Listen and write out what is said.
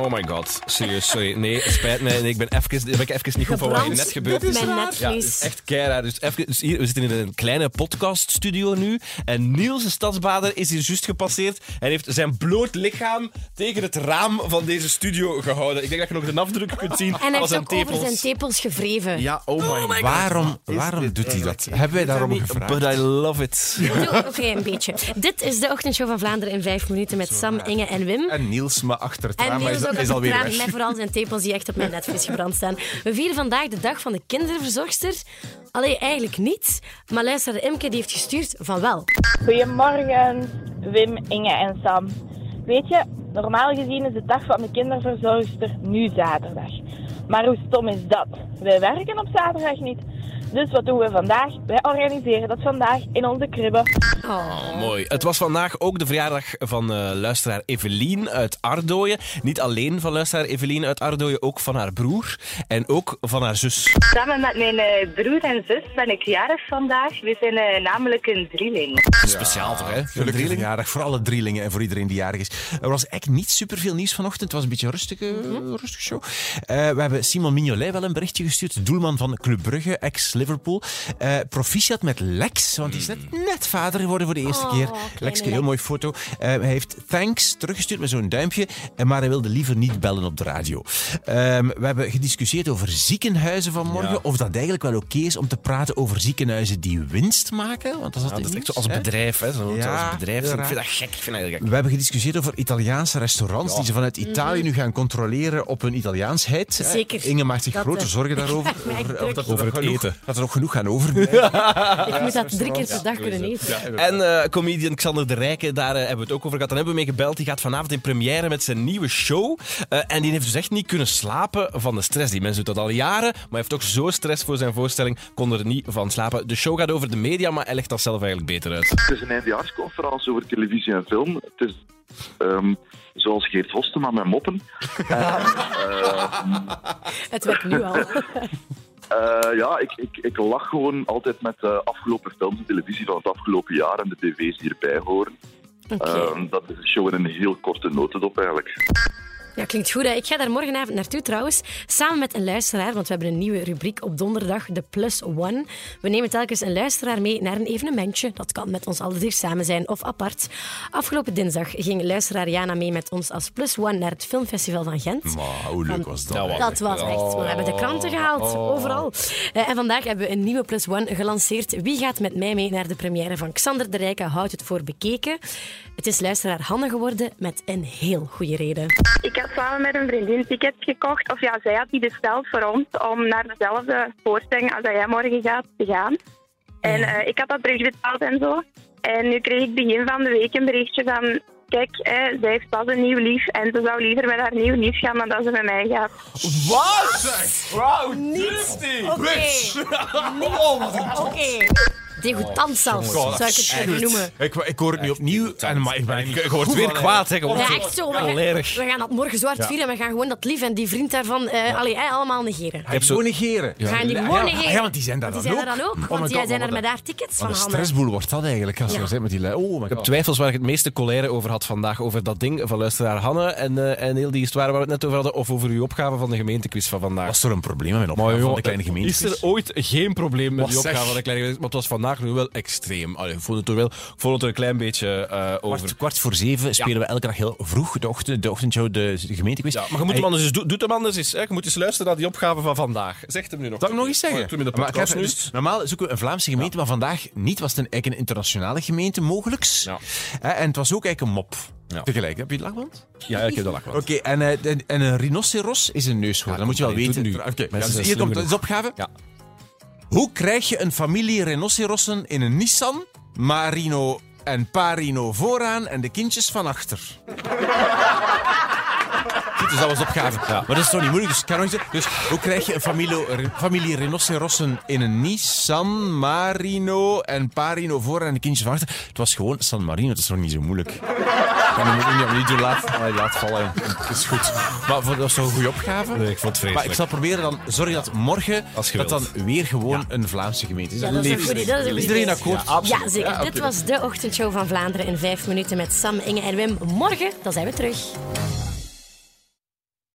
Oh my god, serieus, sorry. Nee, het spijt me. Nee, ik ben, even, ben ik even niet goed van wat hier Gebrand. net gebeurd Dit is. is Mijn raar. Ja, het netvlies. is echt keiraar. Dus even, dus hier, we zitten in een kleine podcaststudio nu. En Niels, de stadsbader, is hier juist gepasseerd. En heeft zijn bloot lichaam tegen het raam van deze studio gehouden. Ik denk dat je nog de afdruk kunt zien en hij van heeft zijn ook over zijn tepels. tepels gewreven. Ja, oh my, god. Waarom, Wat is waarom dit doet hij dat? eigenlijk? Hebben wij daarom gevraagd? But I love it. Zo, Oké, een beetje. Dit is de ochtendshow van Vlaanderen in vijf minuten met Sam, Inge en Wim. En Niels, maar achter het En raam Niels is, ook is al alweer praat weg. met vooral zijn tepels die echt op mijn netvlies gebrand staan. We vieren vandaag de dag van de kinderverzorgster. Allee, eigenlijk niet. Maar luister, Imke die heeft gestuurd van wel. Goedemorgen, Wim, Inge en Sam. Weet je, normaal gezien is de dag van de kinderverzorgster nu zaterdag. Maar hoe stom is dat? Wij werken op zaterdag niet. Dus wat doen we vandaag? Wij organiseren dat vandaag in onze kribben. Oh. Mooi. Het was vandaag ook de verjaardag van eh, luisteraar Evelien uit Ardooien. Niet alleen van luisteraar Evelien uit Ardooien, ook van haar broer en ook van haar zus. Samen met mijn eh, broer en zus ben ik jarig vandaag. We zijn eh, namelijk een drieling. Speciaal toch, hè? Een Gelukkig drieling. verjaardag voor alle drielingen en voor iedereen die jarig is. Er was eigenlijk niet superveel nieuws vanochtend. Het was een beetje een rustige, Mhm. rustige show. Eh, we hebben Simon Mignolet wel een berichtje gestuurd. Doelman van Club Brugge, ex-Liverpool. Eh, proficiat met Lex, want die is Mm. net, net vader geworden voor de eerste Oh, keer. kleine Lexke, heel Lex. mooie foto. Eh, hij heeft thanks teruggestuurd met zo'n duimpje, eh, maar hij wilde liever niet bellen op de radio. Ehm, we hebben gediscussieerd over ziekenhuizen vanmorgen. Ja. Of dat eigenlijk wel oké is om te praten over ziekenhuizen die winst maken. Want dat is Ja, dat is echt zo nieuws, als hè? bedrijf, hè? Zo, Ja, als bedrijf. heel Ik vind raar. dat gek. Ik vind dat heel gek. We hebben gediscussieerd over Italiaanse restaurants Ja. die ze vanuit Italië nu gaan controleren op hun Italiaansheid. Mhm. Zeker. Inge maakt zich Dat, grote eh, zorgen daarover. ik maak over druk. dat, Over er nog het genoeg, eten. dat er nog genoeg gaan overblijven. Ah, Ik moet dat drie keer per dag kunnen eten. En eh, comedian Xander de Rijken, daar eh, hebben we het ook over gehad. Dan hebben we mee gebeld. Die gaat vanavond in première met zijn nieuwe show. Eh, en die heeft dus echt niet kunnen slapen van de stress. Die mens doet dat al jaren, maar heeft ook zo stress voor zijn voorstelling. Kon er niet van slapen. De show gaat over de media, maar hij legt dat zelf eigenlijk beter uit. Het is een eindejaarsconferentie over televisie en film. Het is ehm, zoals Geert Hostema met moppen. Het werkt nu al. Eh, ja, ik, ik, ik lach gewoon altijd met de afgelopen films en televisie van het afgelopen jaar en de tv's die erbij horen. Oké. Ehm, dat is een show in een heel korte notendop eigenlijk. Ja, klinkt goed. hè. Ik ga daar morgenavond naartoe trouwens. Samen met een luisteraar, want we hebben een nieuwe rubriek op donderdag, de Plus One. We nemen telkens een luisteraar mee naar een evenementje. Dat kan met ons alle drie samen zijn of apart. Afgelopen dinsdag ging luisteraar Jana mee met ons als Plus One naar het Filmfestival van Gent. Maar hoe leuk was dat? Nou, hè? Dat was echt. We hebben de kranten gehaald, overal. Eh, En vandaag hebben we een nieuwe Plus One gelanceerd. Wie gaat met mij mee naar de première van Xander de Rijke? Houdt het voor bekeken. Het is luisteraar Hanne geworden met een heel goede reden. Ik had samen met een vriendin tickets gekocht. Of ja, zij had die besteld voor ons om naar dezelfde voorstelling als dat jij morgen gaat te gaan. En eh, ik had dat terugbetaald en zo. En nu kreeg ik begin van de week een berichtje van... Kijk, eh, zij heeft pas een nieuw lief en ze zou liever met haar nieuw lief gaan dan dat ze met mij gaat. Oh, Degoutant zelfs, zou ik het kunnen noemen. Ik, ik hoor het nu opnieuw. En, maar ik, ben, ik, ik word Het wordt weer weer kwaad. kwaad, hè? Je wordt Ja, zo echt zo. We gaan, cholerig. we gaan dat morgen zwart vieren en we gaan gewoon dat lief en die vriend daarvan eh, allee, eh, allemaal negeren. Ik heb zo negeren. We gaan die gewoon negeren. Ja, want die zijn daar Want dan die ook. zijn daar dan ook, Oh my want God, jij zijn wat er met een- haar tickets Wat van een handen. stressboel wordt dat eigenlijk. Als Ja. je zit met die lui. Oh my Ik god. heb twijfels waar ik het meeste colère over had vandaag. Over dat ding van luisteraar Hanne en, eh, en heel die histoire waar we het net over hadden. Of over uw opgave van de gemeentequiz van vandaag. Was er een probleem met mijn opgave Maar van jongen, de kleine gemeente? Is er ooit geen probleem met Wat die opgave zeg? van de kleine gemeente? Maar het was vandaag nu wel extreem. Allee, ik vond het er wel ik vond het er een klein beetje eh, over. Kwart, kwart voor zeven spelen we elke dag heel vroeg de, ochtend, de ochtendshow, de, de gemeentequiz. Ja, maar je moet hem anders eens, doe, doet hem anders eens. Hè. Je moet eens luisteren naar die opgave van vandaag. Zegt hem nu nog. Dat ik nog eens zeggen. Oh, toen in de Maar podcast kijk, nu. dus normaal zoeken we een Vlaamse gemeente, maar vandaag niet. Was het een, eigenlijk een internationale gemeente, mogelijk. Ja. En het was ook eigenlijk een mop. Ja. Tegelijk. Heb je het lachband? Ja, ik heb dat lach Oké, en, eh, en, en een rhinoceros is een neushoorn. Ja, dat moet je wel kom, nee, weten. doe het nu. Oké, Mensen ja, dus zijn hier slim komt het. Is de opgave. Ja. Hoe krijg je een familie rhinocerossen in een Nissan, Marino en Parino vooraan en de kindjes van achter? Goed, dus dat was de opgave. Maar dat is toch niet moeilijk, dus ik kan nog eens- Dus hoe krijg je een familie, familie rhinocerossen in een Nissan, Marino en Parino vooraan en de kindjes van achter? Het was gewoon San Marino, dat is toch niet zo moeilijk? Kan je niet, niet doen, laat, allee, laat vallen. Het is goed. Maar voor- dat was toch een goede opgave? Nee, ik vond het Maar ik vreselijk. zal proberen dan, zorg dat morgen, Als je dat dan wilt. weer gewoon een Vlaamse gemeente is. Ja, dat is een Lief. goed idee, dat is een goed iedereen idee. akkoord? Ja, zeker. Dit was de ochtendshow van Vlaanderen in vijf minuten met Sam, Inge en Wim. Morgen, dan zijn we terug.